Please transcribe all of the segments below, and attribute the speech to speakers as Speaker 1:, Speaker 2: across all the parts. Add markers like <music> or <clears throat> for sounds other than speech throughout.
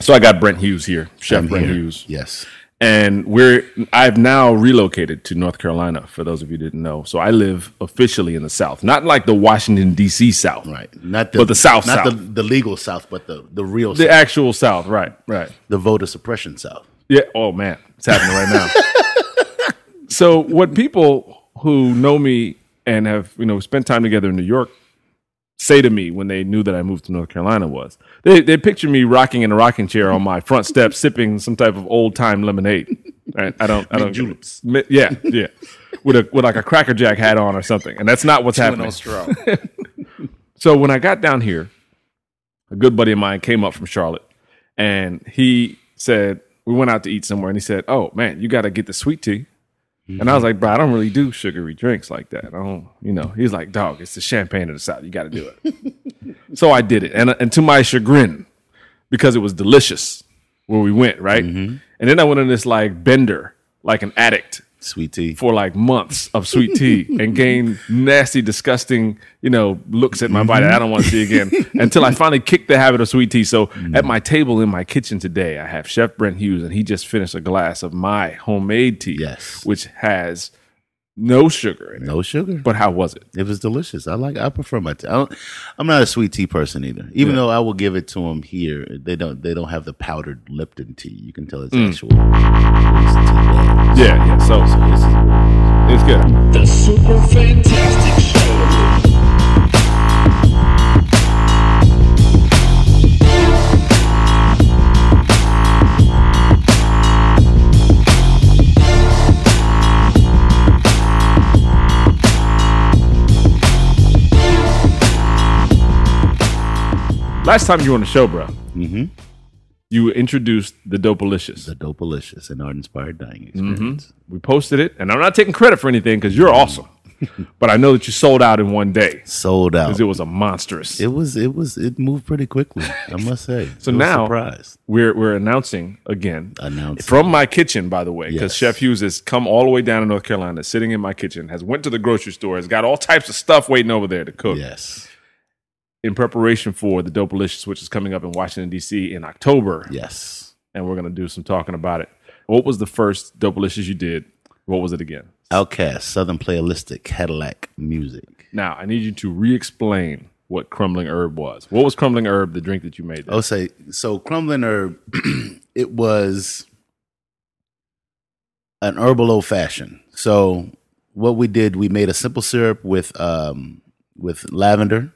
Speaker 1: So I got Brent Hughes here, Chef
Speaker 2: I'm
Speaker 1: Brent
Speaker 2: here.
Speaker 1: Hughes.
Speaker 2: Yes.
Speaker 1: And we're I've now relocated to North Carolina, for those of you who didn't know. So I live officially in the South. Not like the Washington DC South.
Speaker 2: Right. Not the
Speaker 1: But the South
Speaker 2: Not
Speaker 1: South.
Speaker 2: The, the legal South, but the the real
Speaker 1: The
Speaker 2: South,
Speaker 1: actual South, right, right.
Speaker 2: the voter suppression South.
Speaker 1: Yeah. Oh man, it's happening right now.
Speaker 3: <laughs>
Speaker 1: so what people who know me and have you know spent time together in New York say to me when they knew that I moved to North Carolina was they they picture me rocking in a rocking chair on my front step <laughs> sipping some type of old time lemonade. Right? I don't. I don't.
Speaker 2: juleps.
Speaker 1: Mi- Yeah, yeah. With a with like a cracker jack hat on or something, and that's not what's
Speaker 3: Went
Speaker 1: happening.
Speaker 3: on straw.
Speaker 1: <laughs> So when I got down here, a good buddy of mine came up from Charlotte and he said, We went out to eat somewhere and he said, Oh man, you got to get the sweet tea. And I was like, Bro, I don't really do sugary drinks like that. I don't, you know, he's like, Dog, it's the champagne of the South. You got to do it. so I did it. And, and to my chagrin, because it was delicious where we went, right? And then I went on this like bender, like an addict
Speaker 2: Sweet tea.
Speaker 1: for like months of sweet
Speaker 2: <laughs>
Speaker 1: tea and gained nasty, disgusting, you know, looks at my body that I don't want to see again
Speaker 2: Mm-hmm. <laughs>
Speaker 1: until I finally kicked the habit of sweet tea. So
Speaker 2: Mm.
Speaker 1: at my table in my kitchen today, I have Chef Brent Hughes, and he just finished a glass of my homemade tea,
Speaker 2: Yes.
Speaker 1: which has no sugar in it.
Speaker 2: No sugar.
Speaker 1: But how was it?
Speaker 2: It was delicious. I like. I prefer my. Tea. I don't, I'm not a sweet tea person either. Even though I will give it to them here, they don't. They don't have the powdered Lipton tea. You can tell it's actual. It's tea bag.
Speaker 1: Mm. Yeah, yeah. So
Speaker 2: So this is-
Speaker 1: it's good.
Speaker 4: The Super Fantastic Show.
Speaker 1: Last time you were on the show, bro, you introduced the Dopalicious.
Speaker 2: Mm-hmm. the Dopalicious, an art-inspired dining experience.
Speaker 1: we posted it, and I'm not taking credit for anything because you're
Speaker 2: <laughs>
Speaker 1: awesome. but I know that you sold out in one day.
Speaker 2: Sold out.
Speaker 1: because it was a monstrous.
Speaker 2: It was it was it moved pretty quickly. I must say.
Speaker 1: <laughs> so
Speaker 2: I was
Speaker 1: now
Speaker 2: surprised.
Speaker 1: we're we're announcing again
Speaker 2: Announcing.
Speaker 1: from my kitchen, by the way, because
Speaker 2: Yes.
Speaker 1: Chef Hughes has come all the way down to North Carolina, sitting in my kitchen, has went to the grocery store, has got all types of stuff waiting over there to cook
Speaker 2: Yes.
Speaker 1: in preparation for the Dopalicious, which is coming up in Washington D.C. in October,
Speaker 2: Yes.
Speaker 1: and we're gonna do some talking about it. What was the first Dopalicious you did? What was it again?
Speaker 2: Outcast, Southern Playalistic, Cadillac music.
Speaker 1: Now I need you to re-explain what crumbling herb was. What was crumbling herb? The drink that you made.
Speaker 2: I would say so. Crumbling herb, <clears throat> it was an herbal old fashioned. So what we did, we made a simple syrup with um, with lavender,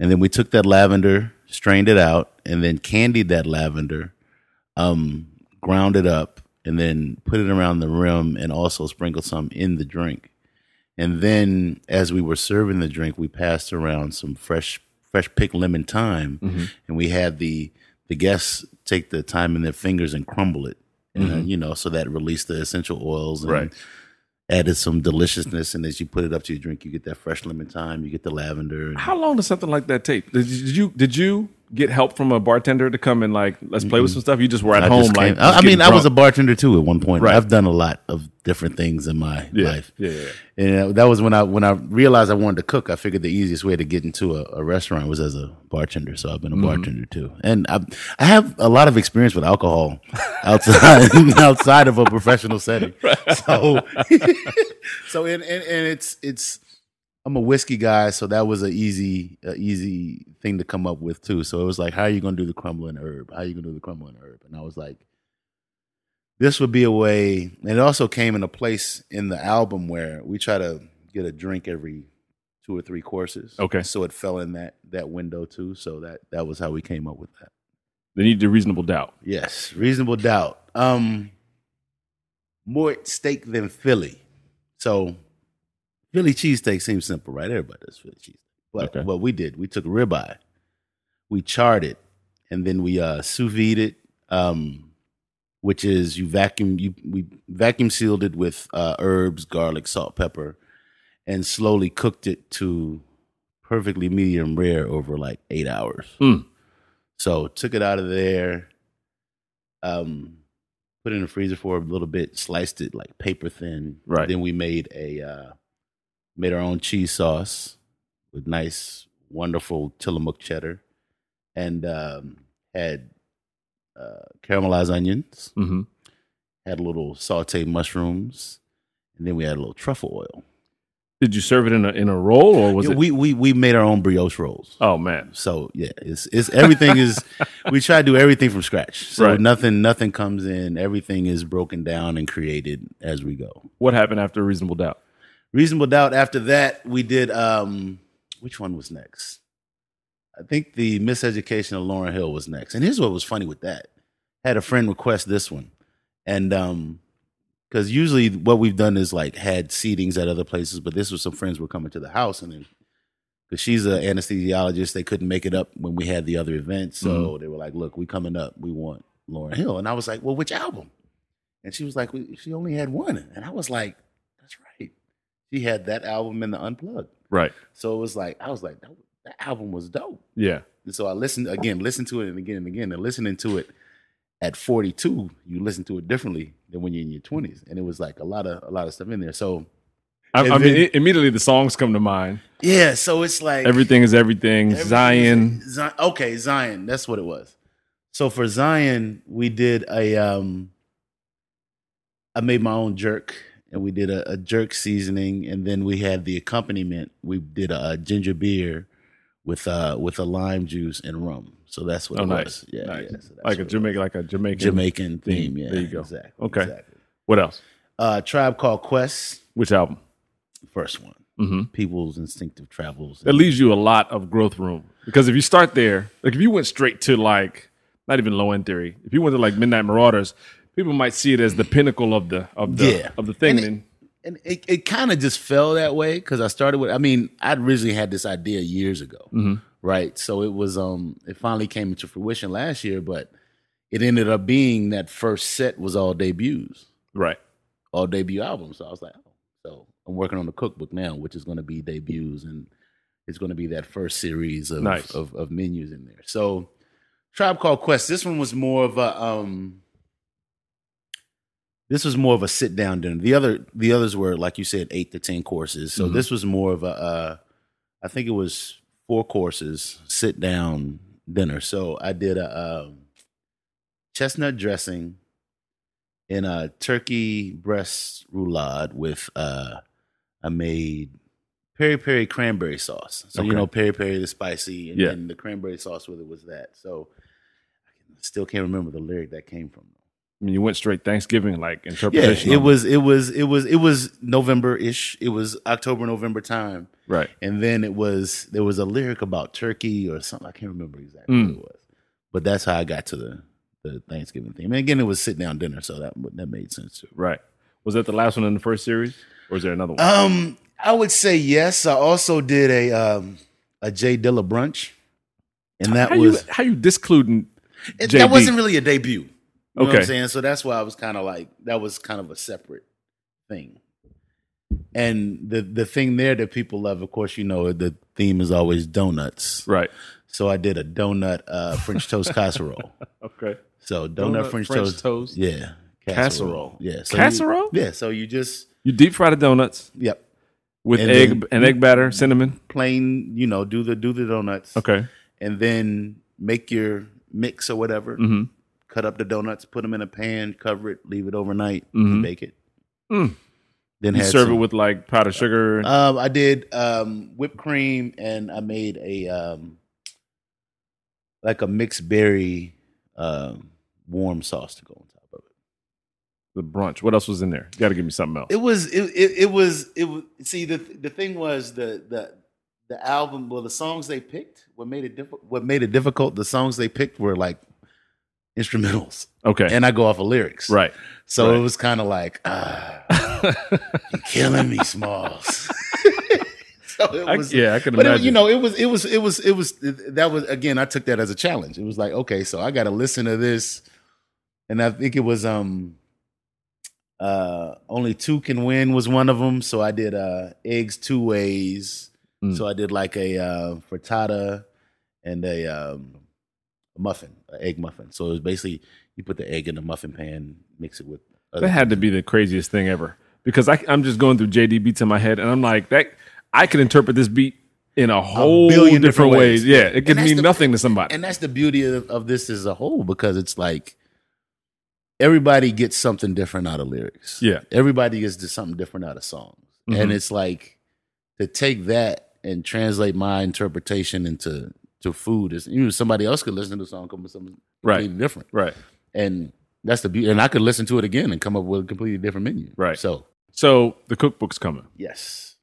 Speaker 2: and then we took that lavender, strained it out, and then candied that lavender, um, ground it up, and then put it around the rim, and also sprinkled some in the drink. And then as we were serving the drink, we passed around some fresh fresh picked lemon thyme
Speaker 1: Mm-hmm.
Speaker 2: and we had the the guests take the thyme in their fingers and crumble it. And uh, you know, so that released the essential oils and
Speaker 1: Mm-hmm. Right.
Speaker 2: added some deliciousness and as you put it up to your drink, you get that fresh lemon thyme, you get the lavender. and-
Speaker 1: How long does something like that take? Did you did you, did you get help from a bartender to come and like let's play with some stuff? You just were at
Speaker 2: I
Speaker 1: home,
Speaker 2: just
Speaker 1: like
Speaker 2: came- I, I
Speaker 1: just
Speaker 2: mean,
Speaker 1: getting
Speaker 2: I was a
Speaker 1: drunk?
Speaker 2: bartender too at one point.
Speaker 1: Right.
Speaker 2: I've done a lot of different things in my
Speaker 1: Yeah,
Speaker 2: life.
Speaker 1: yeah, yeah,
Speaker 2: And uh, that was when I when I realized I wanted to cook. I figured the easiest way to get into a, a restaurant was as a bartender. So I've been a bartender too, and I, I have a lot of experience with alcohol <laughs> outside <laughs> outside of a professional setting. So <laughs> so and, and and it's it's I'm a whiskey guy, so that was an easy a easy thing to come up with too. So it was like, how are you gonna do the crumbling herb? How are you gonna do the crumbling herb? And I was like, this would be a way. And it also came in a place in the album where we try to get a drink every two or three courses.
Speaker 1: Okay.
Speaker 2: so it fell in that that window too. So that that was how we came up with that.
Speaker 1: They need a reasonable doubt.
Speaker 2: Yes, reasonable doubt. Um, more at stake than Philly. So Philly cheesesteak seems simple, right? Everybody does Philly cheesesteak. But
Speaker 1: Okay.
Speaker 2: what we did, we took a ribeye, we charred it, and then we uh, sous vide it, um, which is you vacuum you we vacuum sealed it with uh, herbs, garlic, salt, pepper, and slowly cooked it to perfectly medium rare over like eight hours.
Speaker 1: Hmm.
Speaker 2: So took it out of there, um, put it in the freezer for a little bit, sliced it like paper thin.
Speaker 1: Right.
Speaker 2: Then we made a uh, made our own cheese sauce with nice, wonderful Tillamook cheddar, and um, had uh, caramelized onions.
Speaker 1: hmm
Speaker 2: Had a little sauteed mushrooms, and then we had a little truffle oil.
Speaker 1: Did you serve it in a in a roll or was
Speaker 2: Yeah,
Speaker 1: it?
Speaker 2: We we we made our own brioche rolls.
Speaker 1: oh man,
Speaker 2: So yeah, it's it's everything is we try to do everything from scratch. So
Speaker 1: Right.
Speaker 2: nothing nothing comes in. Everything is broken down and created as we go.
Speaker 1: what happened after Reasonable Doubt?
Speaker 2: Reasonable doubt. After that, we did. um Which one was next? I think the Miseducation of Lauren Hill was next. And here's what was funny with that: had a friend request this one, and um because usually what we've done is like had seatings at other places, but this was some friends were coming to the house, and then because she's an anesthesiologist, they couldn't make it up when we had the other event, so they were like, "Look, we coming up, we want Lauren Hill," and I was like, "Well, which album?" And she was like, we, "She only had one," and I was like, "That's right." She had that album in the unplugged.
Speaker 1: Right.
Speaker 2: So it was like I was like that, that album was dope.
Speaker 1: Yeah.
Speaker 2: And so I listened again, listened to it and again and again. And listening to it at 42, you listen to it differently than when you're in your 20s. And it was like a lot of a lot of stuff in there. So
Speaker 1: I,
Speaker 2: And
Speaker 1: I mean,
Speaker 2: then-
Speaker 1: i- immediately the songs come to mind.
Speaker 2: yeah, so it's like
Speaker 1: Everything is everything.
Speaker 2: everything-
Speaker 1: Zion.
Speaker 2: Zion. Okay, Zion. That's what it was. So for Zion, we did a um I made my own jerk and we did a, a jerk seasoning and then we had the accompaniment. We did a, a ginger beer with uh with a lime juice and rum. So that's what
Speaker 1: Oh,
Speaker 2: it
Speaker 1: nice.
Speaker 2: was. Yeah,
Speaker 1: Nice.
Speaker 2: yeah, so
Speaker 1: like a
Speaker 2: that's what it
Speaker 1: Jamaican, like a Jamaican.
Speaker 2: was. Jamaican
Speaker 1: theme.
Speaker 2: theme. Yeah,
Speaker 1: There you go.
Speaker 2: Exactly.
Speaker 1: Okay.
Speaker 2: Exactly.
Speaker 1: What else?
Speaker 2: Uh, Tribe Called Quest,
Speaker 1: Which album?
Speaker 2: first one.
Speaker 1: Mm-hmm.
Speaker 2: People's Instinctive Travels.
Speaker 1: That leaves you a lot of growth room because if you start there, like if you went straight to like not even low end theory, if you went to like Midnight Marauders, people might see it as the pinnacle of the of the
Speaker 2: Yeah.
Speaker 1: of the thing.
Speaker 2: And it-
Speaker 1: And
Speaker 2: and it, it kind of just fell that way because I started with. I mean, I originally had this idea years ago, right? So it was um, it finally came into fruition last year, but it ended up being that first set was all debuts,
Speaker 1: right.
Speaker 2: all debut albums. So I was like, oh, so I'm working on the cookbook now, which is going to be debuts, and it's going to be that first series of,
Speaker 1: Nice.
Speaker 2: of of menus in there. So Tribe Called Quest. This one was more of a um. This was more of a sit down dinner. The other the others were like you said, eight to ten courses. So
Speaker 1: Mhm.
Speaker 2: this was more of a, uh, I think it was four courses sit down dinner. So I did a um, chestnut dressing in a turkey breast roulade with uh, I made peri peri cranberry sauce. So you
Speaker 1: Okay.
Speaker 2: know peri peri the spicy, and
Speaker 1: Yeah.
Speaker 2: then the cranberry sauce with it was that. So I still can't remember the lyric that came from.
Speaker 1: I mean, you went straight Thanksgiving like
Speaker 2: Yeah,
Speaker 1: interpretation.
Speaker 2: it
Speaker 1: on
Speaker 2: was it was it was it was November ish. It was October November time,
Speaker 1: right.
Speaker 2: and then it was there was a lyric about turkey or something. I can't remember exactly
Speaker 1: Mm.
Speaker 2: what it was, but that's how I got to the the Thanksgiving theme. And again, it was sit down dinner, so that that made sense too.
Speaker 1: Right. Was that the last one in the first series, or is there another one?
Speaker 2: Um, I would say yes. I also did a um a Jay Dilla brunch, and that
Speaker 1: how
Speaker 2: was
Speaker 1: you how you discluding?
Speaker 2: it,
Speaker 1: JD?
Speaker 2: that wasn't really a debut. You know what I'm
Speaker 1: Okay.
Speaker 2: saying? So that's why I was kind of like that was kind of a separate thing. And the the thing there that people love, of course, you know, the theme is always donuts.
Speaker 1: Right.
Speaker 2: So I did a donut uh, French toast casserole.
Speaker 1: Okay.
Speaker 2: So donut,
Speaker 1: Donut
Speaker 2: French,
Speaker 1: French
Speaker 2: toast,
Speaker 1: toast.
Speaker 2: yeah,
Speaker 1: Casserole.
Speaker 2: yeah, so you-
Speaker 1: Casserole?
Speaker 2: yeah. So you just,
Speaker 1: You deep fry the donuts
Speaker 2: yep,
Speaker 1: with
Speaker 2: And
Speaker 1: egg
Speaker 2: then-
Speaker 1: and egg batter, cinnamon.
Speaker 2: plain, you know, do the do the donuts,
Speaker 1: Okay.
Speaker 2: and then make your mix or whatever.
Speaker 1: Mm-hmm.
Speaker 2: cut up the donuts, put them in a pan, cover it, leave it overnight,
Speaker 1: Mhm.
Speaker 2: and bake it.
Speaker 1: Mm.
Speaker 2: Then
Speaker 1: You
Speaker 2: had
Speaker 1: serve
Speaker 2: some-
Speaker 1: it with like powdered sugar. and-
Speaker 2: Um, I did um, whipped cream, and I made a um, like a mixed berry um, warm sauce to go on top of it.
Speaker 1: the brunch. What else was in there? You got to give me something else.
Speaker 2: It was it it, it was it was see the the thing was the the. The album, well, the songs they picked, what made it diff- what made it difficult. The songs they picked were like instrumentals,
Speaker 1: okay.
Speaker 2: and I go off of lyrics.
Speaker 1: right.
Speaker 2: So
Speaker 1: Right.
Speaker 2: it was kind of like, ah,
Speaker 1: <laughs>
Speaker 2: you're killing me, Smalls. <laughs> so
Speaker 1: I-
Speaker 2: it was,
Speaker 1: yeah, I can
Speaker 2: but
Speaker 1: imagine.
Speaker 2: it, you know, it was, it was, it was, it was. That was again. I took that as a challenge. It was like, okay, so I got to listen to this, and I think it was um, uh, only two can win was one of them. So I did uh, eggs two ways.
Speaker 1: Mm.
Speaker 2: So I did like a uh, frittata and a um, muffin, an egg muffin. So it was basically you put the egg in the muffin pan, mix it with.
Speaker 1: that had to be the craziest thing ever because I, I'm just going through JD beats in my head and I'm like that. I can interpret this beat in a whole
Speaker 2: billion
Speaker 1: billion different,
Speaker 2: different ways.
Speaker 1: ways. Yeah, it could
Speaker 2: that's
Speaker 1: mean
Speaker 2: the-
Speaker 1: nothing to somebody.
Speaker 2: and that's the beauty of, of this as a whole because it's like everybody gets something different out of lyrics
Speaker 1: Yeah.
Speaker 2: everybody gets to something different out of songs and
Speaker 1: Mhm.
Speaker 2: it's like to take that and translate my interpretation into to food is you know somebody else could listen to the song come up with something
Speaker 1: Right.
Speaker 2: completely different
Speaker 1: right.
Speaker 2: and that's the beauty and i could listen to it again and come up with a completely different menu
Speaker 1: Right.
Speaker 2: so
Speaker 1: So the cookbook's coming.
Speaker 2: yes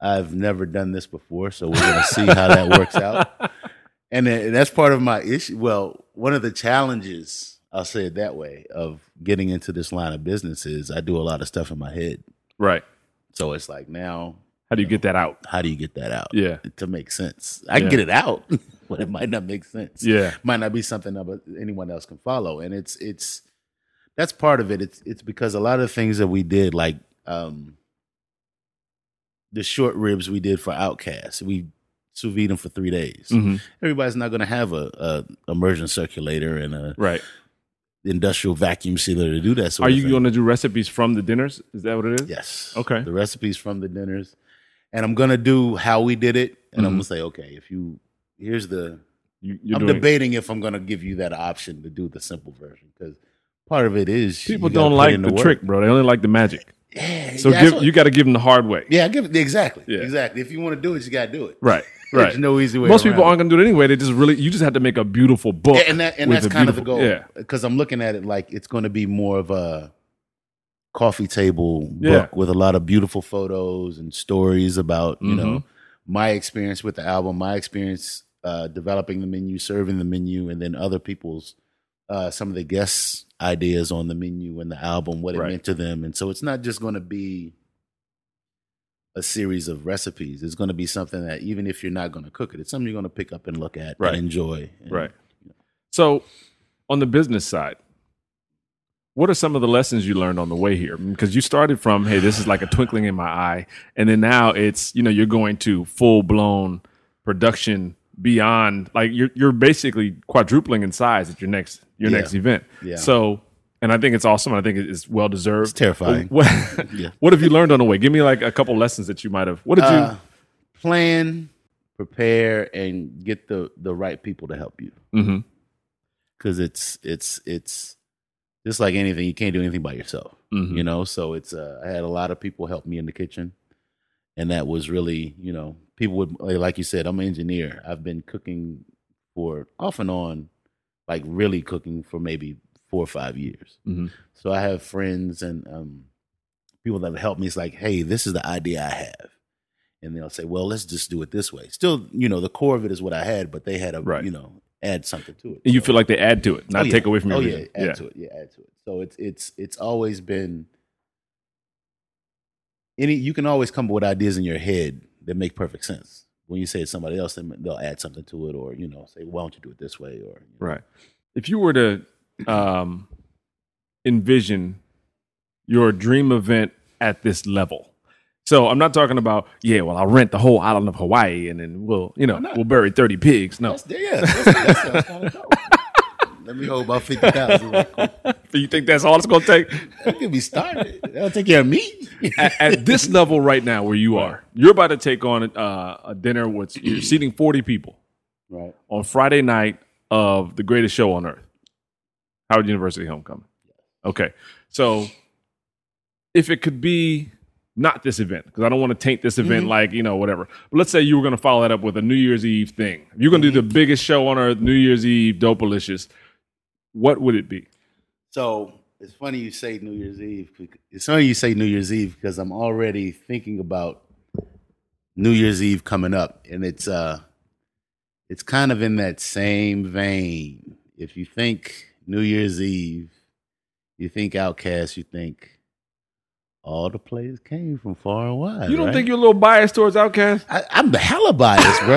Speaker 2: i've never done this before so we're gonna see how that works out
Speaker 1: <laughs>
Speaker 2: and tha- that's part of my issue. Well, one of the challenges, I'll say it that way, of getting into this line of business is I do a lot of stuff in my head.
Speaker 1: right.
Speaker 2: So it's like now,
Speaker 1: How do you get that out?
Speaker 2: how do you get that out
Speaker 1: Yeah.
Speaker 2: to make sense? I can
Speaker 1: Yeah.
Speaker 2: get it out, <laughs> but it might not make sense.
Speaker 1: Yeah.
Speaker 2: might not be something that anyone else can follow. And it's it's that's part of it. It's it's because a lot of the things that we did, like um the short ribs we did for Outcast, we sous vide them for three days
Speaker 1: hmm
Speaker 2: everybody's not going to have a, a immersion circulator and a
Speaker 1: Right.
Speaker 2: industrial vacuum sealer to do that. Sort
Speaker 1: Are
Speaker 2: of
Speaker 1: you
Speaker 2: thing.
Speaker 1: going to do recipes from the dinners? Is that what it is?
Speaker 2: Yes.
Speaker 1: Okay.
Speaker 2: The recipes from the dinners, and I'm going to do how we did it, and
Speaker 1: Mm-hmm.
Speaker 2: I'm going to say, okay, if you here's the.
Speaker 1: You, you're
Speaker 2: I'm
Speaker 1: doing.
Speaker 2: debating if I'm going to give you that option to do the simple version because part of it is you
Speaker 1: People
Speaker 2: gotta
Speaker 1: don't
Speaker 2: put
Speaker 1: like
Speaker 2: in
Speaker 1: the
Speaker 2: work.
Speaker 1: trick, bro. They only like the magic.
Speaker 2: Yeah,
Speaker 1: So
Speaker 2: that's
Speaker 1: give
Speaker 2: what-
Speaker 1: you got to give them the hard way.
Speaker 2: Yeah, give it exactly,
Speaker 1: Yeah.
Speaker 2: exactly. If you want to do it, you got to do it.
Speaker 1: Right. Right.
Speaker 2: There's no easy way.
Speaker 1: Most people
Speaker 2: around it.
Speaker 1: aren't going to do it anyway. They just really you just have to make a beautiful book.
Speaker 2: Yeah, and that and
Speaker 1: with
Speaker 2: that's
Speaker 1: a
Speaker 2: kind of the
Speaker 1: beautiful-
Speaker 2: goal. because I'm looking at it like it's going to be more of a coffee table
Speaker 1: Yeah.
Speaker 2: book with a lot of beautiful photos and stories about you know
Speaker 1: Mm-hmm.
Speaker 2: my experience with the album, my experience uh, developing the menu, serving the menu, and then other people's uh, some of the guests' ideas on the menu and the album, what it
Speaker 1: Right.
Speaker 2: meant to them, and so it's not just going to be a series of recipes. It's going to be something that even if you're not going to cook it, it's something you're going to pick up and look at
Speaker 1: Right.
Speaker 2: and enjoy. And-
Speaker 1: Right. So, on the business side, what are some of the lessons you learned on the way here? Because you started from, hey, this is like a twinkling in my eye, and then now it's you know you're going to full blown production beyond like you're you're basically quadrupling in size at your next your
Speaker 2: Yeah.
Speaker 1: next event.
Speaker 2: Yeah.
Speaker 1: So. And I think it's awesome. And I think it's well deserved.
Speaker 2: It's terrifying.
Speaker 1: What, <laughs>
Speaker 2: Yeah.
Speaker 1: what have you learned on the way? Give me like a couple lessons that you might have. What did
Speaker 2: Uh, plan, prepare, and get the the right people to help you.
Speaker 1: you? Mhm.
Speaker 2: Because it's it's it's just like anything, you can't do anything by yourself.
Speaker 1: Mhm.
Speaker 2: You know, so it's uh, I had a lot of people help me in the kitchen, and that was really you know people would eh, like you said I'm an engineer. I've been cooking for off and on, like really cooking for maybe four or five years.
Speaker 1: Mhm.
Speaker 2: So I have friends and um, people that help me. It's like, hey, this is the idea I have. And they'll say, well, let's just do it this way. Still, you know, the core of it is what I had, but they had a,
Speaker 1: Right.
Speaker 2: you know, add something to it.
Speaker 1: And you
Speaker 2: So-
Speaker 1: feel like they add to it, not
Speaker 2: Oh, yeah.
Speaker 1: take away from your
Speaker 2: Oh yeah,
Speaker 1: vision.
Speaker 2: add
Speaker 1: yeah.
Speaker 2: to it. Yeah, add to it. So it's it's it's always been any you can always come up with ideas in your head that make perfect sense. When you say it to somebody else, they- they'll add something to it, or you know, say, "Why don't you do it this way?" Or
Speaker 1: Right. If you were to um, envision your dream event at this level, so I'm not talking about yeah, well I'll rent the whole island of Hawaii and then we'll you know
Speaker 2: not?
Speaker 1: we'll bury 30 pigs. No,
Speaker 2: That's, yeah, that's, that sounds kind of dope. Let me hold about fifty thousand.
Speaker 1: you think that's all it's going to take?
Speaker 2: That could be started. That'll take care of me.
Speaker 1: at, at this level right now, where you are, you're about to take on uh, a dinner with you're seating 40 people
Speaker 2: <laughs> right.
Speaker 1: on Friday night of the greatest show on earth, Howard University Homecoming. Okay. So if it could be not this event, because I don't want to taint this event
Speaker 2: Mm-hmm.
Speaker 1: like, you know, whatever. But let's say you were going to follow that up with a New Year's Eve thing. If You're going to do the
Speaker 2: Mm-hmm.
Speaker 1: biggest show on earth, New Year's Eve, Dopalicious. What would it be?
Speaker 2: So it's funny you say New Year's Eve. bec- It's funny you say New Year's Eve because I'm already thinking about New Year's Eve coming up, and it's uh, it's kind of in that same vein. If you think New Year's Eve, you think Outcast, you think all the players came from far and wide.
Speaker 1: You don't
Speaker 2: right?
Speaker 1: think you're a little biased towards Outcast?
Speaker 2: I, I'm the hella biased, bro.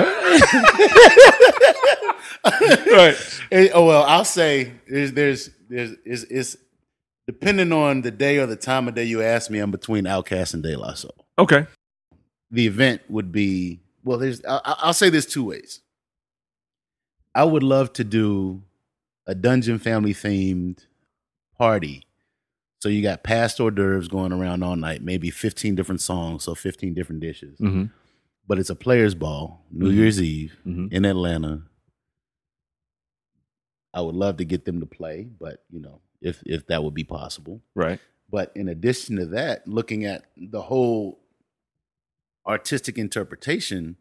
Speaker 1: <laughs>
Speaker 2: <laughs>
Speaker 1: right.
Speaker 2: Eh, oh well, I'll say there's there's there's it's, it's depending on the day or the time of day you ask me, I'm between Outcast and De La Soul.
Speaker 1: Okay.
Speaker 2: The event would be well. There's I, I- I'll say this two ways. I would love to do a Dungeon Family themed party. So you got past hors d'oeuvres going around all night, maybe 15 different songs, so 15 different dishes.
Speaker 1: Mm-hmm.
Speaker 2: but it's a players' ball, New
Speaker 1: Mhm.
Speaker 2: Year's Eve
Speaker 1: Mhm.
Speaker 2: in Atlanta. I would love to get them to play, but you know, if if that would be possible.
Speaker 1: Right.
Speaker 2: But in addition to that, looking at the whole artistic interpretation,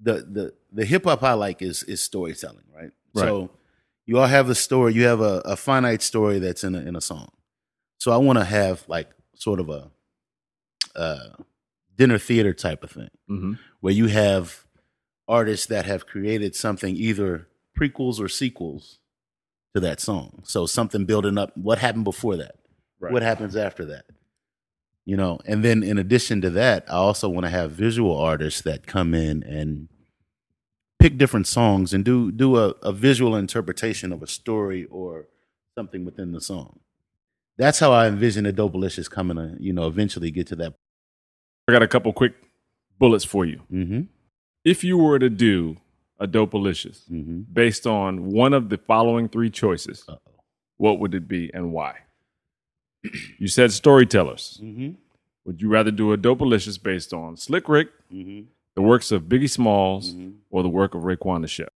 Speaker 2: the the the hip hop I like is is storytelling, right?
Speaker 1: Right.
Speaker 2: So you all have a story, you have a, a finite story that's in a in a song. So I want to have like sort of a uh, dinner theater type of thing
Speaker 1: Mm-hmm.
Speaker 2: where you have artists that have created something either prequels or sequels to that song. So something building up what happened before that.
Speaker 1: Right.
Speaker 2: What happens after that? You know, and then in addition to that, I also want to have visual artists that come in and pick different songs and do do a, a visual interpretation of a story or something within the song. That's how I envision the Dopealicious coming to, you know, eventually get to that.
Speaker 1: I got a couple quick bullets for you.
Speaker 2: Mm-hmm.
Speaker 1: If you were to do a dopalicious
Speaker 2: Mm-hmm.
Speaker 1: based on one of the following three choices,
Speaker 2: Uh-oh.
Speaker 1: what would it be and why? you said storytellers.
Speaker 2: Mm-hmm.
Speaker 1: Would you rather do a dopalicious based on Slick Rick,
Speaker 2: Mm-hmm.
Speaker 1: the works of Biggie Smalls,
Speaker 2: Mhm.
Speaker 1: or the work of Raekwon the Chef?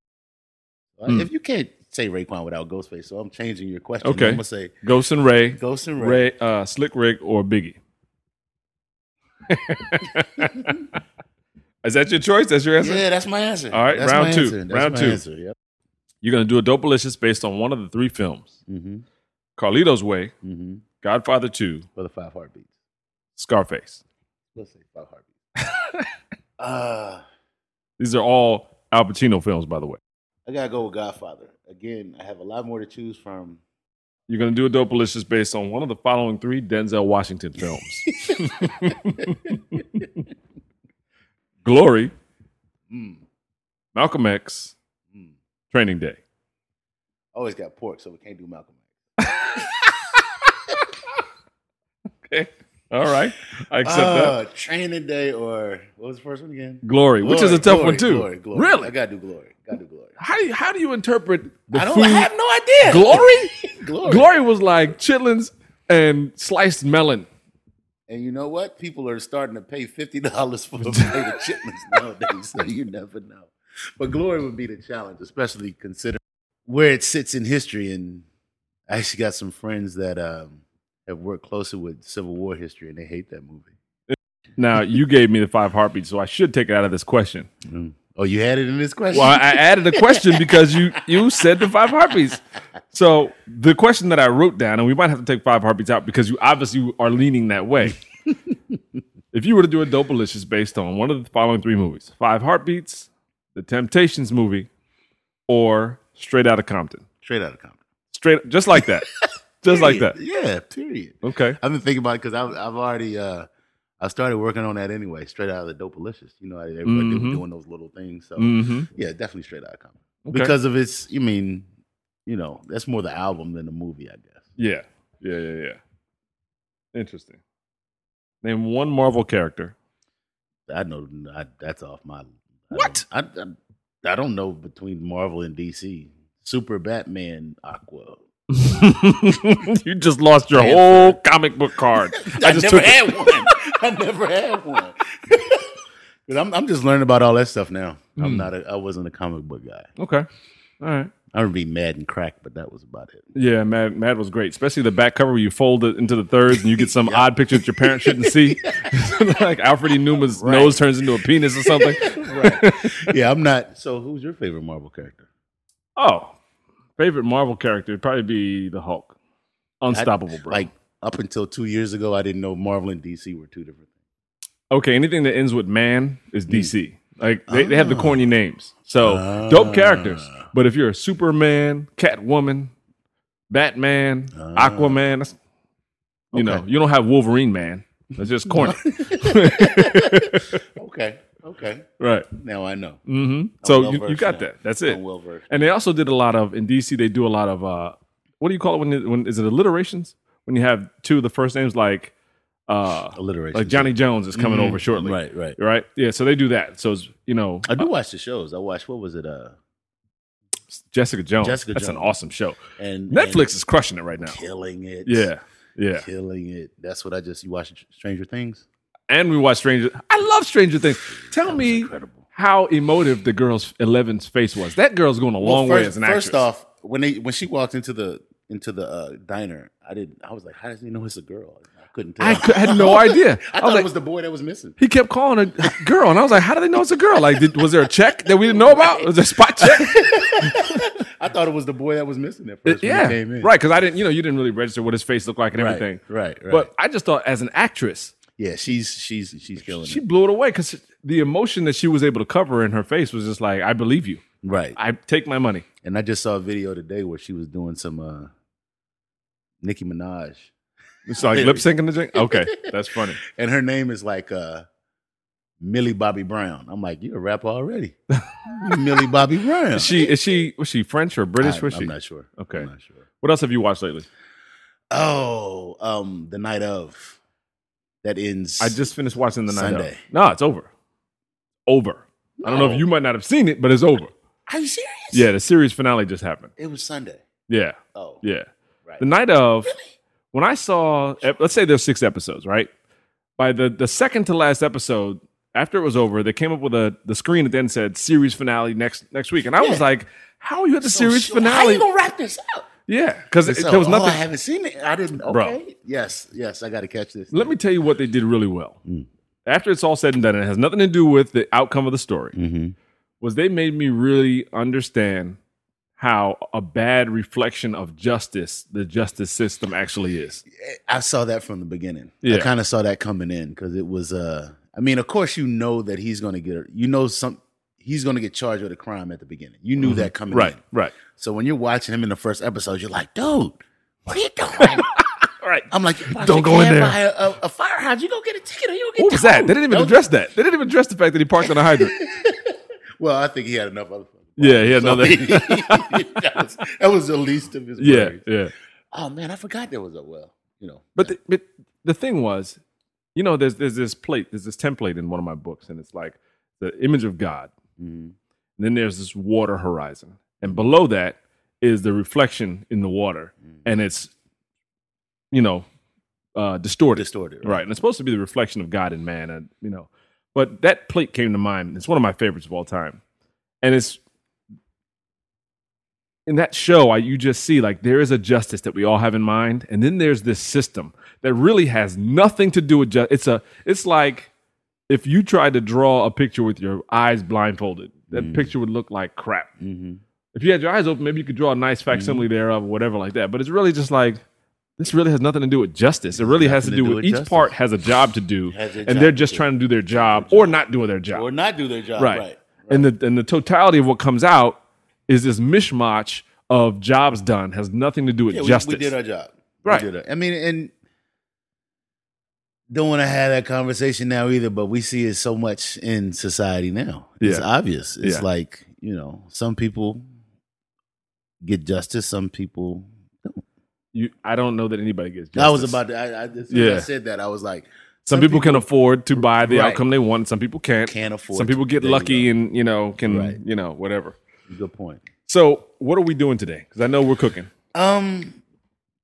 Speaker 2: Uh, If you can't say Raekwon without Ghostface, so I'm changing your question.
Speaker 1: Okay.
Speaker 2: I'm gonna say
Speaker 1: Ghost and Ray,
Speaker 2: Ghost and Ray.
Speaker 1: Ray, uh, Slick Rick, or
Speaker 2: <laughs>
Speaker 1: Biggie? Is that your choice? That's your answer?
Speaker 2: Yeah, that's my answer.
Speaker 1: All right,
Speaker 2: That's
Speaker 1: round
Speaker 2: my
Speaker 1: two.
Speaker 2: answer. That's
Speaker 1: Round
Speaker 2: my
Speaker 1: two.
Speaker 2: Answer. Yep.
Speaker 1: You're going to do a dopalicious based on one of the three films
Speaker 2: hmm
Speaker 1: Carlito's Way,
Speaker 2: hmm
Speaker 1: Godfather 2,
Speaker 2: For the five heartbeats.
Speaker 1: Scarface.
Speaker 2: Let's say five heartbeats.
Speaker 1: <laughs>
Speaker 2: uh,
Speaker 1: These are all Al Pacino films, by the way.
Speaker 2: I gotta go with Godfather again. I have a lot more to choose from.
Speaker 1: You're going to do a dopalicious based on one of the following three Denzel Washington films
Speaker 2: <laughs>
Speaker 1: Glory,
Speaker 2: Mm,
Speaker 1: Malcolm X,
Speaker 2: mm.
Speaker 1: Training Day.
Speaker 2: Always got pork, so we can't do Malcolm X.
Speaker 1: Okay. All right. I accept that.
Speaker 2: Uh, Training Day or what was the first one again?
Speaker 1: Glory, which is a
Speaker 2: Glory,
Speaker 1: tough
Speaker 2: glory,
Speaker 1: one, too.
Speaker 2: Glory, glory.
Speaker 1: Really?
Speaker 2: I gotta do glory. Gotta do glory.
Speaker 1: how, do you, how do you interpret the
Speaker 2: I don't
Speaker 1: food?
Speaker 2: I <laughs> have no idea.
Speaker 1: Glory?
Speaker 2: glory.
Speaker 1: Glory was like chitlins and sliced melon.
Speaker 2: And you know what? People are starting to pay fifty
Speaker 1: <laughs>
Speaker 2: dollars for a plate of chitlins nowadays, so you never know. But glory would be the challenge, especially considering where it sits in history. And I actually got some friends that um, have worked closer with Civil War history, and they hate that movie.
Speaker 1: Now, you gave me the five heartbeats, so I should take it out of this question.
Speaker 2: Oh, you had it in this question.
Speaker 1: Well, I added a question because you you said the five heartbeats. So the question that I wrote down, and we might have to take five heartbeats out because you obviously are leaning that way. if you were to do a dopalicious based on one of the following three movies: Five Heartbeats, The Temptations movie, or Straight Outta Compton.
Speaker 2: Straight out of Compton.
Speaker 1: Straight, just like that, just like that.
Speaker 2: Yeah. Period.
Speaker 1: Okay.
Speaker 2: I've been thinking about it because I've, I've already uh, I started working on that anyway, straight out of the Dopalicious. You know, everybody they
Speaker 1: Mhm.
Speaker 2: were doing those little things. So
Speaker 1: Mm-hmm.
Speaker 2: yeah, definitely straight out of Compton.
Speaker 1: Okay.
Speaker 2: because of its. You mean, you know, that's more the album than the movie, I guess.
Speaker 1: yeah, yeah, yeah, yeah. Interesting. Name one Marvel character.
Speaker 2: I know I, that's off my. I
Speaker 1: What?
Speaker 2: don't- I, I, I don't know between Marvel and DC. Super Batman, Aqua.
Speaker 1: <laughs> you just lost your whole comic book
Speaker 2: <laughs>
Speaker 1: card.
Speaker 2: I,
Speaker 1: just
Speaker 2: never
Speaker 1: took it.
Speaker 2: had one. <laughs> I never had one. <laughs> But I'm, I'm just learning about all that stuff now.
Speaker 1: Mm.
Speaker 2: I'm not. A, I wasn't a comic book guy.
Speaker 1: Okay. All right.
Speaker 2: I would be mad and crack, but that was about it.
Speaker 1: Yeah, Mad, Mad was great, especially the back cover where you fold it into the thirds and you get
Speaker 2: <laughs>
Speaker 1: some odd picture that your parents shouldn't see. <laughs> like Alfred E. Newman's nose turns into a penis or
Speaker 2: <laughs>
Speaker 1: something.
Speaker 2: yeah, I'm not. <laughs> So, who's your favorite Marvel character?
Speaker 1: Oh, favorite Marvel character would probably be the Hulk. Unstoppable, bro.
Speaker 2: Like up until two years ago, I didn't know Marvel and DC were two different. things.
Speaker 1: okay, anything that ends with man
Speaker 2: Hmm.
Speaker 1: is DC. Like they, they have the corny names. So dope
Speaker 2: Ah.
Speaker 1: characters. But if you're a Superman, Catwoman, Batman,
Speaker 2: Ah.
Speaker 1: Aquaman, that's, you know,
Speaker 2: Okay.
Speaker 1: you don't have Wolverine man. That's just
Speaker 2: <laughs>
Speaker 1: corny.
Speaker 2: Okay, okay.
Speaker 1: right.
Speaker 2: Now I know.
Speaker 1: hmm So you, you
Speaker 2: well-versed
Speaker 1: got
Speaker 2: now.
Speaker 1: that. That's
Speaker 2: I'm
Speaker 1: it.
Speaker 2: well versed.
Speaker 1: And they also did a lot of in DC. They do a lot of uh, what do you call it when it, when is it alliterations when you have two of the first names like uh,
Speaker 2: Alliteration.
Speaker 1: like Johnny Jones is coming over shortly,
Speaker 2: Mm-hmm.
Speaker 1: Uh,
Speaker 2: Right, right.
Speaker 1: Right? Yeah. So they do that. So it's, you know
Speaker 2: Mm. I do watch the shows. I watched what was it? Uh,
Speaker 1: Jessica Jones.
Speaker 2: Jessica
Speaker 1: That's an
Speaker 2: Jones.
Speaker 1: awesome show.
Speaker 2: and
Speaker 1: Netflix is crushing it right now.
Speaker 2: and killing it.
Speaker 1: Yeah, yeah.
Speaker 2: killing it. That's what I just you watch Stranger Things.
Speaker 1: and we watched Stranger. I love Stranger Things. Tell me how emotive the girl's Eleven's face was. That girl's going a long way as an actress.
Speaker 2: First off, when they when she walked into the into the uh, diner, I didn't. I was like, how does he know it's a girl? I couldn't tell.
Speaker 1: I cou- had no idea.
Speaker 2: <laughs> I,
Speaker 1: I
Speaker 2: thought
Speaker 1: was
Speaker 2: it
Speaker 1: like-
Speaker 2: was the boy that was missing.
Speaker 1: he kept calling her girl, and I was like, how do they know it's a girl? Like, did, was there a check that we didn't know about? Was there a
Speaker 2: <laughs>
Speaker 1: spot check?
Speaker 2: I thought it was the boy that was missing at first when
Speaker 1: yeah,
Speaker 2: he came in.
Speaker 1: right. Because I didn't, you know, you didn't really register what his face looked like and
Speaker 2: Right,
Speaker 1: everything.
Speaker 2: right, right.
Speaker 1: But I just thought, as an actress,
Speaker 2: Yeah, she's she's she's killing
Speaker 1: she
Speaker 2: it.
Speaker 1: blew it away because the emotion that she was able to cover in her face was just like, I believe you.
Speaker 2: Right.
Speaker 1: I take my money.
Speaker 2: And I just saw a video today where she was doing some uh Nicki Minaj.
Speaker 1: It's like lip syncing the thing. Okay, that's funny.
Speaker 2: And her name is like uh Millie Bobby Brown. I'm like, you're a rapper
Speaker 1: <laughs>
Speaker 2: already. Millie Bobby Brown.
Speaker 1: Is she is she was she French or British?
Speaker 2: I,
Speaker 1: was she?
Speaker 2: am not sure.
Speaker 1: Okay.
Speaker 2: I'm not sure.
Speaker 1: What else have you watched lately?
Speaker 2: Oh, um, the night of that ends.
Speaker 1: I just finished watching the night.
Speaker 2: Sunday.
Speaker 1: Of. No, it's over. Over. I don't know
Speaker 2: No.
Speaker 1: if you might not have seen it, but it's over.
Speaker 2: Are you serious?
Speaker 1: Yeah, the series finale just happened.
Speaker 2: It was Sunday.
Speaker 1: Yeah,
Speaker 2: Oh,
Speaker 1: yeah.
Speaker 2: right.
Speaker 1: The night of when I saw, let's say there's six episodes, right? By the the second to last episode, after it was over, they came up with a the screen that then said series finale next next week, and I was
Speaker 2: Yeah.
Speaker 1: like, "How are you at the series
Speaker 2: So, How
Speaker 1: finale?"
Speaker 2: you gonna wrap this up?
Speaker 1: yeah, because
Speaker 2: So,
Speaker 1: there was
Speaker 2: Oh, I
Speaker 1: nothing.
Speaker 2: haven't seen it. I didn't. Okay.
Speaker 1: Bro.
Speaker 2: Yes, yes. I got to catch this.
Speaker 1: Let me tell you what they did really well. After it's all said and done, and it has nothing to do with the outcome of the story,
Speaker 2: Mm-hmm.
Speaker 1: was they made me really understand how a bad reflection of justice, the justice system actually is.
Speaker 2: I saw that from the beginning. I
Speaker 1: Yeah.
Speaker 2: kind of saw that coming in because it was. Uh, I mean, of course, you know that he's going to get. You know, some he's going to get charged with a crime at the beginning. You knew that coming
Speaker 1: Mm-hmm. Right,
Speaker 2: in.
Speaker 1: right.
Speaker 2: So when you're watching him in the first episode, you're like, dude, what are you doing?
Speaker 1: <laughs> Right.
Speaker 2: I'm like, you
Speaker 1: Don't go in there.
Speaker 2: By a, a, a fire hydrant, you go get a ticket or you gonna get.
Speaker 1: What was that?
Speaker 2: towed.
Speaker 1: They didn't even
Speaker 2: Don't-
Speaker 1: address that. They didn't even address the fact that he parked on a <laughs> hydrant.
Speaker 2: Well, I think he had enough. Other
Speaker 1: yeah, yeah, no, that,
Speaker 2: <laughs> that, was, that was the least of his.
Speaker 1: yeah,
Speaker 2: worries.
Speaker 1: yeah.
Speaker 2: Oh man, I forgot there was a well. You know.
Speaker 1: But the, but the thing was, you know, there's there's this plate, there's this template in one of my books, and it's like the image of God. And then there's this water horizon, and below that is the reflection in the water, and it's, you know, uh, distorted.
Speaker 2: distorted.
Speaker 1: Right. And it's supposed to be the reflection of God in man, and you know. But that plate came to mind. It's one of my favorites of all time. And it's in that show, I you just see like there is a justice that we all have in mind, and then there's this system that really has nothing to do with justice. It's a it's like if you tried to draw a picture with your eyes blindfolded, that picture would look like crap.
Speaker 2: Mm-hmm.
Speaker 1: If you had your eyes open, maybe you could draw a nice facsimile thereof, or whatever like that. But it's really just like this really has nothing to do with justice. It really has to
Speaker 2: Nothing
Speaker 1: do with each
Speaker 2: justice.
Speaker 1: part has a job to do,
Speaker 2: Has a
Speaker 1: and
Speaker 2: job
Speaker 1: they're
Speaker 2: to
Speaker 1: just
Speaker 2: do.
Speaker 1: trying to do their job or not doing their job
Speaker 2: Or not do their job
Speaker 1: right.
Speaker 2: right.
Speaker 1: And the and the totality of what comes out is this mishmash of jobs done has nothing to do with
Speaker 2: Yeah, we-
Speaker 1: justice.
Speaker 2: We, did our job.
Speaker 1: Right.
Speaker 2: We did our- I mean, and don't want to have that conversation now either, but we see it so much in society now. It's
Speaker 1: Yeah.
Speaker 2: obvious. It's
Speaker 1: Yeah.
Speaker 2: like, you know, some people get justice, some people.
Speaker 1: you, I don't know that anybody gets. Justice.
Speaker 2: I was about to, I, I, as soon as I
Speaker 1: Yeah.
Speaker 2: said that, I was like,
Speaker 1: some, people, can afford to buy the
Speaker 2: Right.
Speaker 1: outcome they want. Some people can't.
Speaker 2: Can't afford
Speaker 1: Some
Speaker 2: to.
Speaker 1: people get
Speaker 2: There you
Speaker 1: lucky
Speaker 2: go.
Speaker 1: and you know can
Speaker 2: Right.
Speaker 1: you know whatever.
Speaker 2: good point.
Speaker 1: So what are we doing today? Because I know we're cooking.
Speaker 2: Um.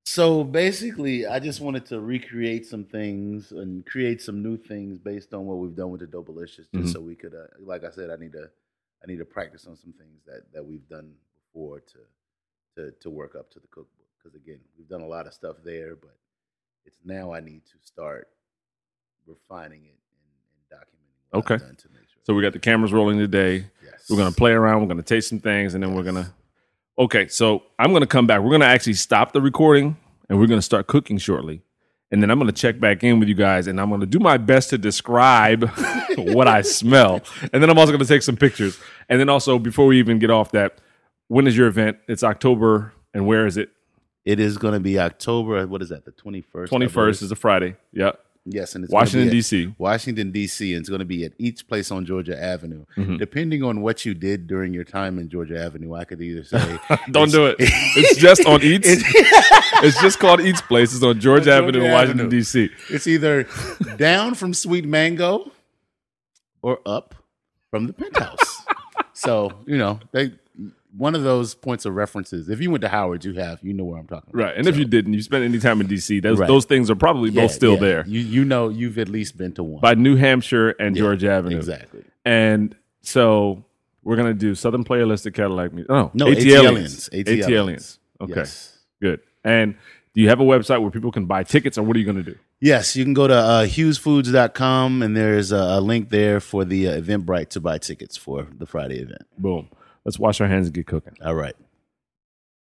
Speaker 2: So basically, I just wanted to recreate some things and create some new things based on what we've done with the Dopealicious, just
Speaker 1: Mhm.
Speaker 2: so we could, uh, like I said, I need to, I need to practice on some things that that we've done before to, to to work up to the cookbook. Because again, we've done a lot of stuff there, but it's now I need to start refining it and, and documenting. What I've
Speaker 1: Okay.
Speaker 2: done to make sure.
Speaker 1: So we got the cameras rolling today.
Speaker 2: yes.
Speaker 1: We're gonna play around. We're gonna taste some things, and then we're gonna. Okay, so I'm gonna come back. We're gonna actually stop the recording, and we're gonna start cooking shortly. And then I'm gonna check back in with you guys, and I'm gonna do my best to describe <laughs> what I smell. And then I'm also gonna take some pictures. And then also, before we even get off that, when is your event? It's October, and where is it?
Speaker 2: It is going to be October. What is that? The twenty first.
Speaker 1: 21st is a Friday. Yeah,
Speaker 2: Yes, and it's gonna be
Speaker 1: Washington
Speaker 2: at-
Speaker 1: D.C.
Speaker 2: Washington D.C. and it's going to be at each place on Georgia Avenue.
Speaker 1: Mm-hmm.
Speaker 2: Depending on what you did during your time in Georgia Avenue, I could either say
Speaker 1: <laughs> Don't do it. It's just on Eats. <laughs> it's just called Eats Place. It's on George
Speaker 2: On Georgia
Speaker 1: Avenue in Washington
Speaker 2: Avenue.
Speaker 1: D.C.
Speaker 2: it's either down from Sweet Mango
Speaker 1: <laughs>
Speaker 2: or up from the penthouse. so you know they one of those points of references. If you went to Howard, you have you know where I'm talking about.
Speaker 1: Right. And if you didn't, you spent any time in DC, those,
Speaker 2: Right.
Speaker 1: those things are probably
Speaker 2: Yeah,
Speaker 1: both still
Speaker 2: yeah.
Speaker 1: there
Speaker 2: You you know you've at least been to one.
Speaker 1: by New Hampshire and George Avenue.
Speaker 2: Exactly.
Speaker 1: And so we're going to do Southern Player List at Cadillac Music. Oh,
Speaker 2: No,
Speaker 1: ATLians.
Speaker 2: ATLians.
Speaker 1: ATLians. Okay.
Speaker 2: Yes.
Speaker 1: Good. And do you have a website where people can buy tickets or what are you going to do?
Speaker 2: Yes, you can go to uh, hughesfoods.com and there's a, a link there for the uh, Eventbrite to buy tickets for the Friday event.
Speaker 1: Boom. Let's wash our hands and get cooking.
Speaker 2: All right.